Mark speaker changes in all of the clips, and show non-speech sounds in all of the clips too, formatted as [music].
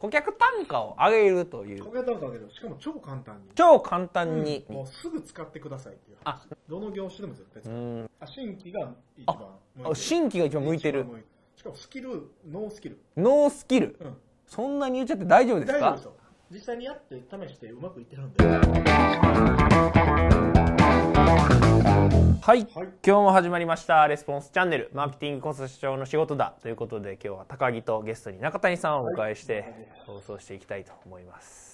Speaker 1: 顧客単価を上げるとい
Speaker 2: こ
Speaker 1: う
Speaker 2: けたんだけど、しかも超簡単に。
Speaker 1: 超簡単に、
Speaker 2: もうすぐ使ってくださいっていう。
Speaker 1: あ
Speaker 2: どの業種でも絶対
Speaker 1: う
Speaker 2: 使う。
Speaker 1: ん
Speaker 2: あ新規が一番向いて
Speaker 1: あ
Speaker 2: る。
Speaker 1: 新規が一番向いて
Speaker 2: 一
Speaker 1: る
Speaker 2: 番向いしかもスキル、ノースキル。
Speaker 1: ノースキル
Speaker 2: うん。
Speaker 1: そんなに言っちゃって大丈夫です
Speaker 2: 大丈夫
Speaker 1: か
Speaker 2: ですよ。実際にやって試してうまくいってるんで。は
Speaker 1: はい
Speaker 2: い。
Speaker 1: 今日も始まりました「レスポンスチャンネルマーケティングコンサル長の仕事だ」ということで今日は高木とゲストに中谷さんをお迎えして放送していきたいと思います。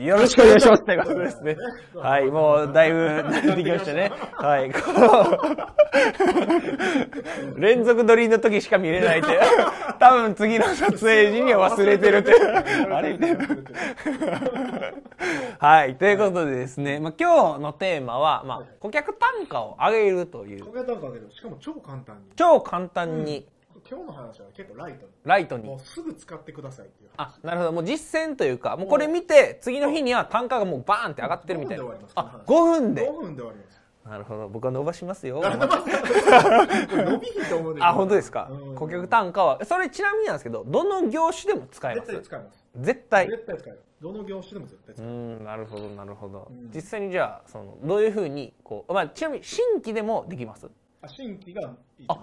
Speaker 1: よろしくお願いしますということですね。はい、もうだいぶ慣れてきましたね。はい、こう連続撮りの時しか見れないって、多分次の撮影時には忘れてるって、あれみたいな。 [laughs] はい、ということでですね、まあ、今日のテーマは、まあ、顧客単価を上げるという
Speaker 2: こけたんだけど、しかも超簡単に。
Speaker 1: 超簡単に、
Speaker 2: 今日の話は結構ライトに。
Speaker 1: ライトに。
Speaker 2: もうすぐ使ってくださいっていう。
Speaker 1: あ、なるほど。もう実践というか、もうこれ見て、次の日には単価がもうバーンって上がってるみたいな
Speaker 2: 5分で終わりま。す
Speaker 1: あ、5分で
Speaker 2: 5。分で終わ
Speaker 1: [laughs]
Speaker 2: ります。
Speaker 1: なるほど。僕 [laughs] は伸ばしますよ。
Speaker 2: これ伸びひんと思うねんけど
Speaker 1: あ、本当ですか
Speaker 2: うん。
Speaker 1: 顧客単価は。それちなみになんですけど、どの業種でも使えま
Speaker 2: 絶対
Speaker 1: す
Speaker 2: 使います。
Speaker 1: 絶対。
Speaker 2: 絶対使える。どの業種でも絶対
Speaker 1: う
Speaker 2: 使える。
Speaker 1: ん、なるほど、なるほど
Speaker 2: うん。
Speaker 1: 実際にじゃあ、その、どういうふうに、こう、まあ、ちなみに新規でもできます。
Speaker 2: あ新規が一番向いて
Speaker 1: あ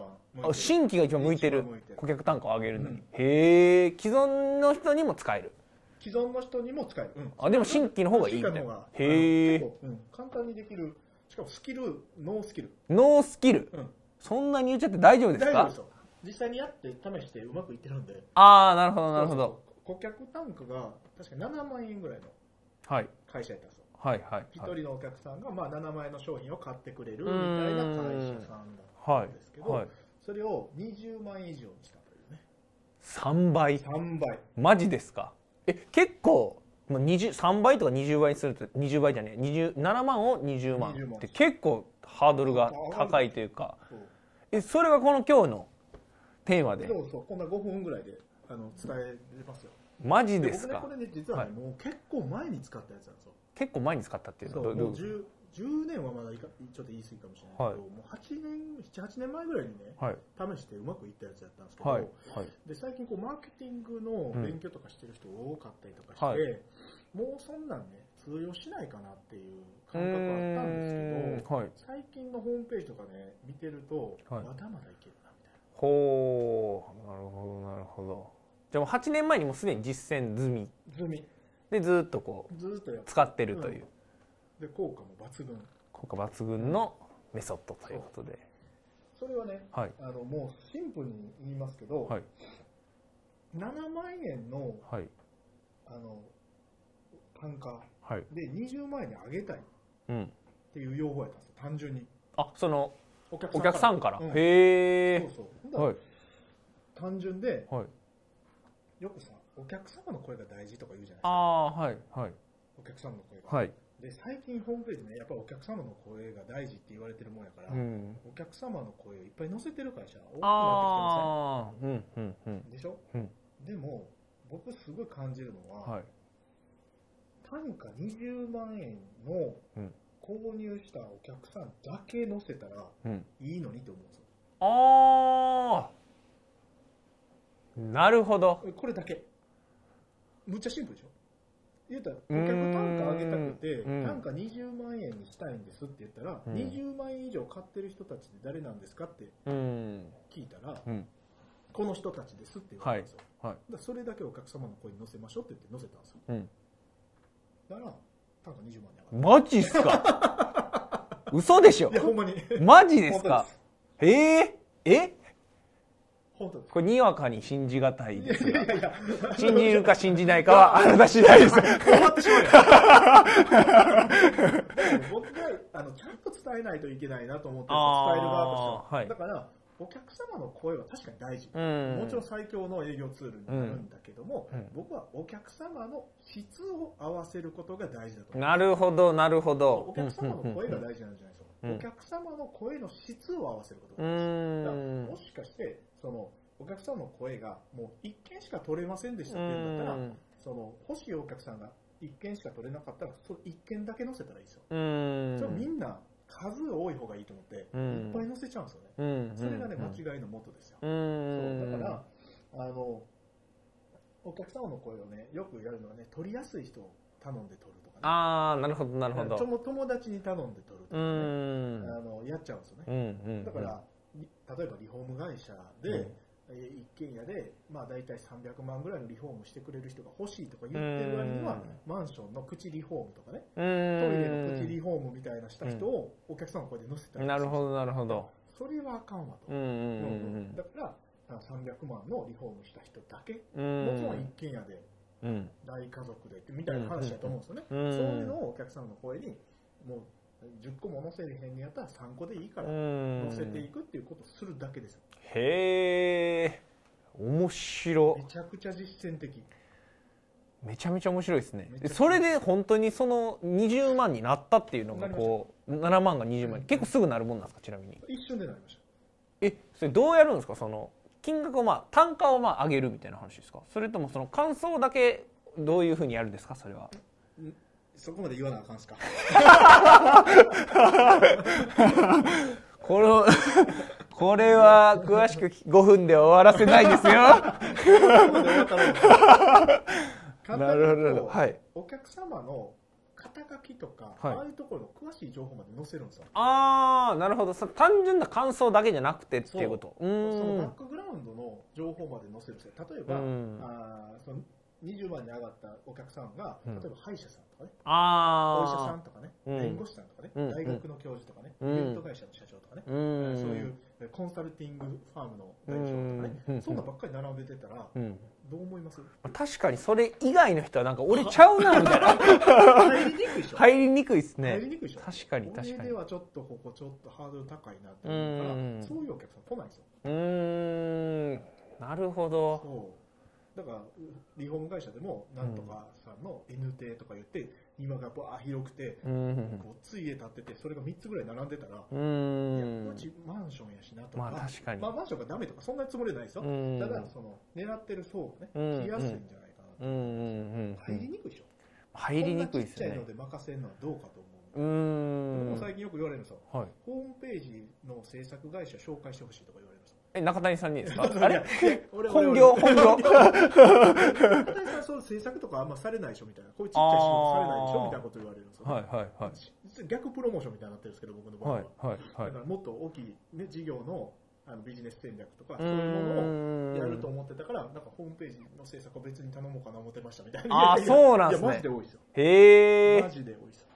Speaker 2: る。
Speaker 1: 新規が一番向いてる
Speaker 2: 一番向いてる
Speaker 1: 顧客単価を上げるのに、
Speaker 2: うん
Speaker 1: へえ既存の人にも使える
Speaker 2: 既存の人にも使える。うん。
Speaker 1: あでも新規の方がいいみたい
Speaker 2: 新規の方
Speaker 1: な
Speaker 2: が
Speaker 1: へ
Speaker 2: あの
Speaker 1: え
Speaker 2: 結構うん簡単にできる。しかもスキル、ノースキル。
Speaker 1: ノースキル
Speaker 2: うん。
Speaker 1: そんなに言っちゃって大丈夫です
Speaker 2: 大丈夫
Speaker 1: か
Speaker 2: ですよ。実際にやって試してうまくいってるんで。
Speaker 1: ああなるほどなるほど
Speaker 2: そうそう。顧客単価が確か7万円ぐらいの
Speaker 1: はい
Speaker 2: 会社やったんですよ。
Speaker 1: はいはい
Speaker 2: 一
Speaker 1: はい
Speaker 2: 人のお客さんがまあ7万円の商品を買ってくれるみたいな会社さんだったんですけど、
Speaker 1: はい
Speaker 2: それを20万円以上にしたというね。
Speaker 1: 3倍
Speaker 2: 3倍。
Speaker 1: マジですかえ結構まあ20 3倍とか20倍にすると20倍じゃねえ27万を20万
Speaker 2: 20万
Speaker 1: って結構ハードルが高いというか
Speaker 2: そう
Speaker 1: えそれがこの今日のテーマで
Speaker 2: そうそう、こんな5分ぐらいであの伝えれますよ。
Speaker 1: マジですか
Speaker 2: 僕ね、これね、実はね、
Speaker 1: はい
Speaker 2: もう結構前に使ったやつなんですよ。
Speaker 1: 結構前に使ったっていうの
Speaker 2: そ
Speaker 1: は
Speaker 2: う、
Speaker 1: ど
Speaker 2: も
Speaker 1: う
Speaker 2: う
Speaker 1: どう
Speaker 2: 10, 10年はまだいかちょっと言い過ぎかもしれないけど、もう8年、7、8年前ぐらいにね、
Speaker 1: はい
Speaker 2: 試してうまくいったやつだったんですけど、
Speaker 1: はいはい
Speaker 2: で最近こう、マーケティングの勉強とかしてる人多かったりとかして、
Speaker 1: うんはい
Speaker 2: もうそんなんね、通用しないかなっていう感覚あったんですけど、
Speaker 1: はい
Speaker 2: 最近のホームページとかね、見てると、
Speaker 1: はい
Speaker 2: まだまだいけるなみたいな。
Speaker 1: ほうなるほどなるほどじゃあもう8年前にもうすでに実践済み
Speaker 2: ずみ
Speaker 1: でずっとこう
Speaker 2: ずーっとやって
Speaker 1: 使ってるという、
Speaker 2: で効果も抜群
Speaker 1: 効果抜群のメソッドということで
Speaker 2: それはね
Speaker 1: はい
Speaker 2: あのもうシンプルに言いますけど、
Speaker 1: はい
Speaker 2: 7万円の
Speaker 1: はい
Speaker 2: あの単価
Speaker 1: はい
Speaker 2: で20万円に上げたいっ
Speaker 1: うん
Speaker 2: ていう要望やったんですよ単純に
Speaker 1: あその
Speaker 2: お客
Speaker 1: お客さんから、
Speaker 2: う
Speaker 1: へ
Speaker 2: んそう
Speaker 1: え
Speaker 2: そうほんだら
Speaker 1: はい
Speaker 2: 単純で
Speaker 1: はい
Speaker 2: よくさお客様の声が大事とか言うじゃないです
Speaker 1: あ
Speaker 2: か
Speaker 1: あはいはい
Speaker 2: お客様の声が、
Speaker 1: はい
Speaker 2: で最近ホームページねやっぱお客様の声が大事って言われてるもんやから、
Speaker 1: うん
Speaker 2: お客様の声をいっぱい載せてる会社多くなってきてるんですよ
Speaker 1: ああうんうんうん
Speaker 2: でしょ、
Speaker 1: うん
Speaker 2: でも僕すごい感じるのは、
Speaker 1: はい
Speaker 2: 単価20万円の
Speaker 1: うん
Speaker 2: 購入したお客さんだけ載せたら
Speaker 1: うん
Speaker 2: いいのにと思うんですよ
Speaker 1: ああなるほど
Speaker 2: えこれだけむっちゃシンプルでしょ言うたら
Speaker 1: うー
Speaker 2: お客
Speaker 1: ん
Speaker 2: 単価上げたくて
Speaker 1: うん
Speaker 2: 単価20万円にしたいんですって言ったら、
Speaker 1: うん
Speaker 2: 20万円以上買ってる人たちって誰なんですかって
Speaker 1: うん
Speaker 2: 聞いたら、
Speaker 1: うん
Speaker 2: この人たちですって言われたんですよ、
Speaker 1: はいはい
Speaker 2: だからそれだけお客様の声に載せましょうって言って載せたんですよ
Speaker 1: うん
Speaker 2: だから単価20万円に上がった
Speaker 1: マジっすか嘘でしょ
Speaker 2: いや、ほんまに。
Speaker 1: マジです
Speaker 2: 本当
Speaker 1: かえええ
Speaker 2: 本当で
Speaker 1: これにわかに信じがたいです
Speaker 2: す。い
Speaker 1: が
Speaker 2: やいやいや、
Speaker 1: 信じるか信じないかはあなた次第です
Speaker 2: 終わってしまうよ。僕があのちゃんと伝えないといけないなと思ってる
Speaker 1: あー
Speaker 2: 伝える側としては。
Speaker 1: はい
Speaker 2: だから、お客様の声は確かに大事。
Speaker 1: うん
Speaker 2: もちろん最強の営業ツールになるんだけども、
Speaker 1: うんうん
Speaker 2: 僕はお客様の質を合わせることが大事だと思う。
Speaker 1: なるほどなるほ
Speaker 2: お
Speaker 1: ど
Speaker 2: 客様の声が大事なんじゃないですか。
Speaker 1: うん
Speaker 2: お客様の声の質を合わせること
Speaker 1: う
Speaker 2: が大事。だから
Speaker 1: ん
Speaker 2: もしかしてそのお客さんの声がもう1件しか取れませんでし
Speaker 1: う
Speaker 2: たっていうんだったら
Speaker 1: ん
Speaker 2: その欲しいお客さんが1件しか取れなかったらその1件だけ載せたらいいですよ、
Speaker 1: うん
Speaker 2: それみんな数多い方がいいと思っていっ
Speaker 1: うん
Speaker 2: ぱい載せちゃうんですよね、
Speaker 1: うん
Speaker 2: それがね
Speaker 1: うん
Speaker 2: 間違いのもとですよ、
Speaker 1: うん
Speaker 2: そうだからあのお客様の声をね、よくやるのはね、取りやすい人を頼んで取るとかね。
Speaker 1: ああ、なるほど、なるほど。
Speaker 2: 友友達に頼んで取
Speaker 1: う
Speaker 2: るとかね、
Speaker 1: ーん。
Speaker 2: あのやっちゃうんですよね。
Speaker 1: うんうん。
Speaker 2: だから、り例えばリフォーム会社で、
Speaker 1: うん
Speaker 2: えー一軒家で、まあ、大体300万ぐらいのリフォームしてくれる人が欲しいとか言ってる割には、マンションの口リフォームとかね、
Speaker 1: う
Speaker 2: ト
Speaker 1: ーん、
Speaker 2: イレの口リフォームみたいなした人をお客さんの声で載せたり
Speaker 1: なる
Speaker 2: ど。
Speaker 1: ほど、なるほど。
Speaker 2: それはあかんわと。
Speaker 1: うんうんう
Speaker 2: うん
Speaker 1: ん
Speaker 2: だから、あ300万のリフォームした人だけ、
Speaker 1: う
Speaker 2: もちろん
Speaker 1: ん。
Speaker 2: 一軒家で
Speaker 1: うん。
Speaker 2: 大家族でみたいな話だと思うんですよね。
Speaker 1: うん
Speaker 2: そういうのをお客さんの声に、もう10個も載せれへんのやったら3個でいいから
Speaker 1: う
Speaker 2: 乗せてい
Speaker 1: ん。
Speaker 2: くっていうことをするだけですよ
Speaker 1: へえ。面白
Speaker 2: め。ちゃくちゃ実践的
Speaker 1: めちゃめちゃ面白いですね
Speaker 2: めちゃ。
Speaker 1: で
Speaker 2: くちゃ
Speaker 1: それで本当にその20万になったっていうのが
Speaker 2: なりました
Speaker 1: こう、7万が20万
Speaker 2: う
Speaker 1: に。
Speaker 2: ん
Speaker 1: 結構すぐなるもんなんですか、ちなみに。
Speaker 2: 一瞬でなりまし
Speaker 1: え、それどうやるんですかその、金額をまあ、単価をまあ上げるみたいな話ですかそれともその感想だけどういうふうにやるんですかそれは。
Speaker 2: たそこまで言わなあかんすか
Speaker 1: これを [laughs] これは詳しく5分で終わらせないですよ。
Speaker 2: そこまで終わったら
Speaker 1: [laughs]
Speaker 2: 簡
Speaker 1: な
Speaker 2: 単に
Speaker 1: る
Speaker 2: 言
Speaker 1: ほ
Speaker 2: う
Speaker 1: ど。
Speaker 2: と、
Speaker 1: はい。
Speaker 2: お客様の肩書きとか、
Speaker 1: はい
Speaker 2: ああいうところの詳しい情報まで載せるんですよ
Speaker 1: ああ、なるほど。そ単純な感想だけじゃなくてっていうこと。う
Speaker 2: そ
Speaker 1: ー
Speaker 2: のバッ
Speaker 1: ん。
Speaker 2: クグラウンドの情報まで載せるんですよ例えば、
Speaker 1: うん
Speaker 2: あーその20万に上がったお客さんが、
Speaker 1: うん
Speaker 2: 例えば歯医者さんとかね、お医者さ
Speaker 1: あ
Speaker 2: んとかね、
Speaker 1: うん
Speaker 2: 弁護士さんとかね、
Speaker 1: うん
Speaker 2: 大学の教授とかね、
Speaker 1: うん
Speaker 2: イベント会社の社長とかね、
Speaker 1: あ。うーん。
Speaker 2: そういうえーコンサルティングファームの代表とか
Speaker 1: うん
Speaker 2: ね、そんなんばっかり並べてたら、
Speaker 1: うん。
Speaker 2: どう思い
Speaker 1: [laughs]
Speaker 2: ます
Speaker 1: 確かにそれ以外の人はなんか俺ちゃうなみたい
Speaker 2: [laughs]
Speaker 1: な。
Speaker 2: 入りにくいでしょ、
Speaker 1: 入りにくいです
Speaker 2: 入り
Speaker 1: ね。
Speaker 2: にくいでしょ
Speaker 1: 確かに確か
Speaker 2: これ
Speaker 1: に。
Speaker 2: で
Speaker 1: う
Speaker 2: はちょっとここちょっとハードル高いなって思うか
Speaker 1: うん
Speaker 2: ら、そういうお客さん来ないんですよ。
Speaker 1: ーん。なるほど。
Speaker 2: そうだから、リフォーム会社でも、なんとかさんの N 亭とか言って、庭がバー広くて、
Speaker 1: うん。
Speaker 2: こうついで立ってて、それが3つぐらい並んでた
Speaker 1: う
Speaker 2: ら、いや
Speaker 1: ー。
Speaker 2: うんちマンションやしなと
Speaker 1: ま
Speaker 2: か、
Speaker 1: あ確かに
Speaker 2: ま。あマンションがダメとか、そんなつもりはないですよ
Speaker 1: う。ん。
Speaker 2: ただ、その狙ってる層がね、
Speaker 1: うん
Speaker 2: 来やすいんじゃないかな
Speaker 1: うんうんう
Speaker 2: 入り
Speaker 1: ん。
Speaker 2: にくいでしょ、
Speaker 1: 入りにくい
Speaker 2: こん
Speaker 1: で
Speaker 2: なちっ
Speaker 1: す
Speaker 2: ちゃい
Speaker 1: ね
Speaker 2: の。で任せるのはどうかと思う、
Speaker 1: うー
Speaker 2: 僕も
Speaker 1: ん。
Speaker 2: 最近よく言われるんですよ
Speaker 1: はい。
Speaker 2: ホームページの制作会社紹介してほしいとか言われるんですよ
Speaker 1: え、中谷さんに
Speaker 2: [laughs]
Speaker 1: ですかあれ
Speaker 2: 俺俺
Speaker 1: 本業、
Speaker 2: 俺 [laughs]
Speaker 1: 本業。
Speaker 2: 中谷さんそう制作とかあんまされないでしょみたいなこういうちっちゃい仕事されないでし
Speaker 1: あー
Speaker 2: ょみたいなこと言われるんですよ、
Speaker 1: はいはいはい。
Speaker 2: 逆プロモーションみたいになってるんですけど僕の場合は、
Speaker 1: はいはいはい
Speaker 2: だか。らもっと大きい、ね、事業のあのビジネス戦略とか
Speaker 1: う
Speaker 2: そういうものを
Speaker 1: ーん
Speaker 2: やると思ってたから、なんかホームページの制作を別に頼もうかな思ってましたみたいな。
Speaker 1: あー
Speaker 2: いやいや
Speaker 1: そうなんすね
Speaker 2: いやマジで多いですよ。
Speaker 1: へ
Speaker 2: マ
Speaker 1: え。
Speaker 2: ジで多いですよ。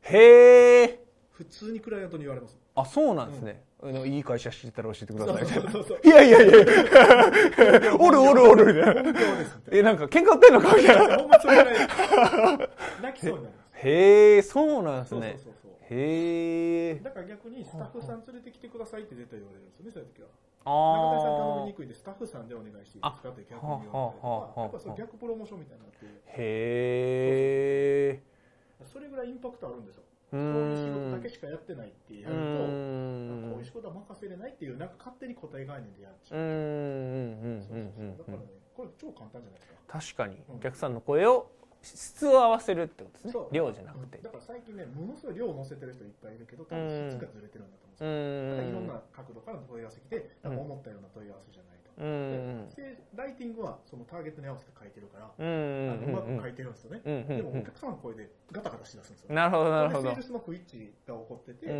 Speaker 1: へえ。
Speaker 2: 普通にクライアントに言われます。
Speaker 1: あ、そうなんですね。あのいい会社知ってたら教えてくだ
Speaker 2: そう
Speaker 1: さいみたいな。
Speaker 2: そうそうそう。 [laughs]
Speaker 1: いやいやいや。おるおるおるみたいな。
Speaker 2: 本当ですって。
Speaker 1: え、なんか喧嘩売ってんのかみたいな。
Speaker 2: ほんまそれぐらい泣きそうになります。
Speaker 1: へえ、そうなんです
Speaker 2: そうそう
Speaker 1: ね。
Speaker 2: そうそう。
Speaker 1: へえ。
Speaker 2: だから逆にスタッフさん連れてきてくださいって絶対言われるんですよね、そういう時は。中谷さん頼み
Speaker 1: あ
Speaker 2: に
Speaker 1: ー。
Speaker 2: くいんで、スタッフさんでお願いしていいですかって逆に言われたりと
Speaker 1: はあはあはあ
Speaker 2: か、やっぱその逆プロモーションみたいになって、
Speaker 1: へえ。
Speaker 2: それぐらいインパクトあるんですよ。
Speaker 1: うー
Speaker 2: そういう仕事だ
Speaker 1: ん
Speaker 2: け。しかやってないってや
Speaker 1: うー
Speaker 2: ると、こういうん仕事は任せれないっていう、なんか勝手に固定概念でやっち
Speaker 1: う
Speaker 2: ゃ
Speaker 1: んう
Speaker 2: う。
Speaker 1: んうん
Speaker 2: そう
Speaker 1: う
Speaker 2: そうんそうだ
Speaker 1: う
Speaker 2: から
Speaker 1: ん
Speaker 2: ね、これ超簡単じゃないですか。
Speaker 1: 確かに
Speaker 2: うん
Speaker 1: お客さんの声を質を合わせるってことですね
Speaker 2: そう
Speaker 1: 量じゃなくて
Speaker 2: だから最近ね、ものすごい量を乗せてる人いっぱいいるけど、多分質がずれてるんだと思うん
Speaker 1: う
Speaker 2: ですよ。だからいろん
Speaker 1: ん
Speaker 2: な角度からの問い合わせ来て、なんか思ったような問い合わせじゃないと。
Speaker 1: うんうん
Speaker 2: でライティングはそのターゲットに合わせて書いてるから、
Speaker 1: うんう
Speaker 2: あの
Speaker 1: ん
Speaker 2: う
Speaker 1: うん
Speaker 2: まく書いてるんですよね。
Speaker 1: うんうん
Speaker 2: でも
Speaker 1: う
Speaker 2: お
Speaker 1: ん
Speaker 2: 客さんの声でガタガタしだすんですよ。
Speaker 1: なるほどなるほ
Speaker 2: それ
Speaker 1: ど
Speaker 2: でセールスの不一致が起こってて、
Speaker 1: うん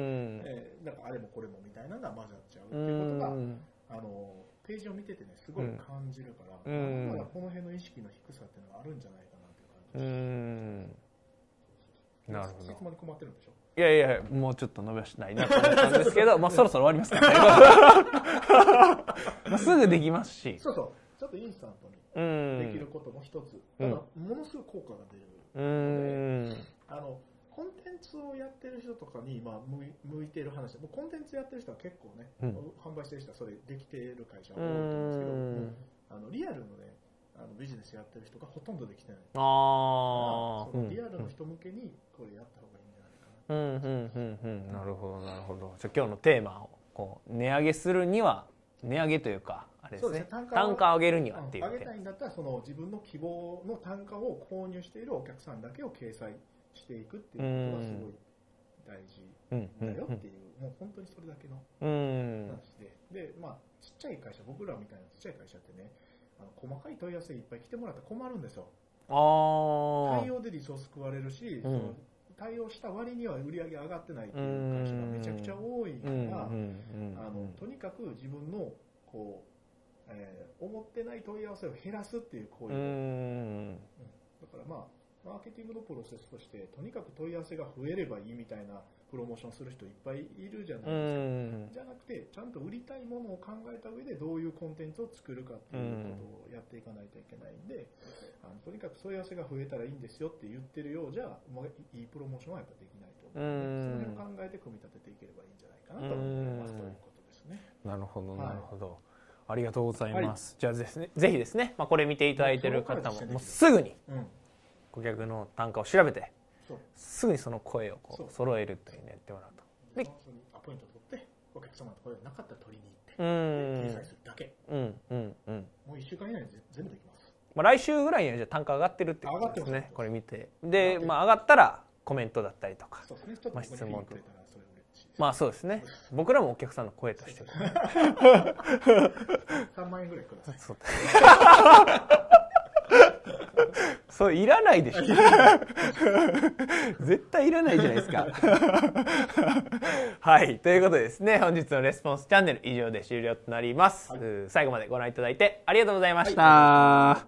Speaker 2: えーなんかあれもこれもみたいなのが混ざっちゃうって
Speaker 1: う
Speaker 2: いうことが、
Speaker 1: ん
Speaker 2: あのページを見ててね、すごい感じるから、
Speaker 1: うん
Speaker 2: だからこの辺の意識の低さっていうのがあるんじゃないかなっていう
Speaker 1: う
Speaker 2: 感じ
Speaker 1: んなるほど
Speaker 2: 質問に困ってるんでしょ
Speaker 1: いやいやもうちょっと伸ばしたいなと思ったんですけどまあそろそろ終わりますから
Speaker 2: [laughs]
Speaker 1: ねまあすぐできますし
Speaker 2: そうそう、ちょっとインスタントに
Speaker 1: う
Speaker 2: できる
Speaker 1: ん
Speaker 2: ことも一つ、
Speaker 1: うん
Speaker 2: ただ、ものすごい効果が出る。
Speaker 1: うん
Speaker 2: あのコンテンツをやってる人とかに、まあ、向い向いている話もうコンテンツやってる人は結構ね、
Speaker 1: うん
Speaker 2: 販売してる人はそれできている会社が
Speaker 1: う
Speaker 2: 多いと思うんですけど、
Speaker 1: ん
Speaker 2: あのリアルのねあのビジネスやってる人がほとんどできてないか
Speaker 1: あ
Speaker 2: ら
Speaker 1: あ
Speaker 2: そのリアルの人向けにこれやった方がいいんじゃないかな、
Speaker 1: うんうんうんうんなるほどなるほどじゃあ今日のテーマをこう値上げするには値上げというかあれですね
Speaker 2: そうですね単価を
Speaker 1: 単価上げるには
Speaker 2: あの
Speaker 1: っていう
Speaker 2: 上
Speaker 1: テ
Speaker 2: げ
Speaker 1: ー
Speaker 2: たいんだったらその自分の希望の単価を購入しているお客さんだけを掲載していくっていうことがすごい大事
Speaker 1: マうんう
Speaker 2: だよっ
Speaker 1: ん
Speaker 2: ていう、もう本当にそれだけの
Speaker 1: うんうん
Speaker 2: 話で、で、まあ、ちっちゃい会社、僕らみたいなちっちゃい会社ってね、ああの細かい問い合わせいっぱい来てもらったら困るんですよ。
Speaker 1: ああ
Speaker 2: 対応でリソース食われるし、
Speaker 1: ん
Speaker 2: その対応した割には売り上げ上がってないっていう会社がめちゃくちゃ多いか
Speaker 1: う
Speaker 2: ら、
Speaker 1: んうんうん
Speaker 2: あのとにかく自分のこう、えー思ってない問い合わせを減らすっていう行
Speaker 1: う
Speaker 2: 為、
Speaker 1: ん
Speaker 2: だからまあマーケティングのプロセスとしてとにかく問い合わせが増えればいいみたいなプロモーションする人いっぱいいるじゃな
Speaker 1: う
Speaker 2: いですか、
Speaker 1: ん
Speaker 2: じゃなくてちゃんと売りたいものを考えた上でどういうコンテンツを作るかっていうことをやっていかないといけないんで、あのとにかく問い合わせが増えたらいいんですよって言ってるようじゃもういいプロモーションはやっぱできないと思うので、
Speaker 1: うん
Speaker 2: その辺を考えて組み立てていければいいんじゃないかなと思います、
Speaker 1: うん
Speaker 2: ということですね。
Speaker 1: なるほど
Speaker 2: は
Speaker 1: な
Speaker 2: い
Speaker 1: るほど、ありがとうございます、じゃあですねぜひですね、まあ、これ見ていただいてる方
Speaker 2: もう今日から実践
Speaker 1: も
Speaker 2: できる
Speaker 1: もうすぐに
Speaker 2: うん、
Speaker 1: 顧客の単価を調べて
Speaker 2: そう
Speaker 1: すぐにその声をこ
Speaker 2: そう
Speaker 1: う揃えるというのをやってもらうとで
Speaker 2: でそのアポイント取ってお客様のところでなかったら取りに
Speaker 1: う
Speaker 2: 行って掲
Speaker 1: ん
Speaker 2: 載するだけ
Speaker 1: うんうんうん
Speaker 2: もう1週間以内に全部できます
Speaker 1: まあ、来週ぐらいにはじゃあ単価上がってるってことです
Speaker 2: 上がって
Speaker 1: ね
Speaker 2: ます
Speaker 1: これ見て
Speaker 2: 上がっ
Speaker 1: で
Speaker 2: て、る
Speaker 1: まあ、上がったらコメントだったりとか
Speaker 2: そうですねちょっとここに
Speaker 1: まあ質問
Speaker 2: フィーくれたらそれ嬉しいです、
Speaker 1: まあそうですね僕らもお客さんの声として
Speaker 2: 3万円ぐらいください
Speaker 1: そう [laughs] それいらない [laughs] でしょ絶対いらないじゃないです [laughs] かはいということでですね本日のレスポンスチャンネル以上で終了となります、
Speaker 2: はいう
Speaker 1: ー最後までご覧いただいてありがとうございました、
Speaker 3: あ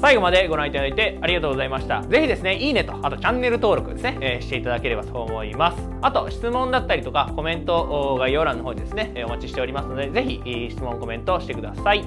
Speaker 1: 最後までご覧いただいてありがとうございました。ぜひですね、いいねと、あとチャンネル登録ですね、えーしていただければと思います。あと、質問だったりとか、コメントお概要欄の方にですね、えーお待ちしておりますので、ぜひ、えー質問、コメントしてください。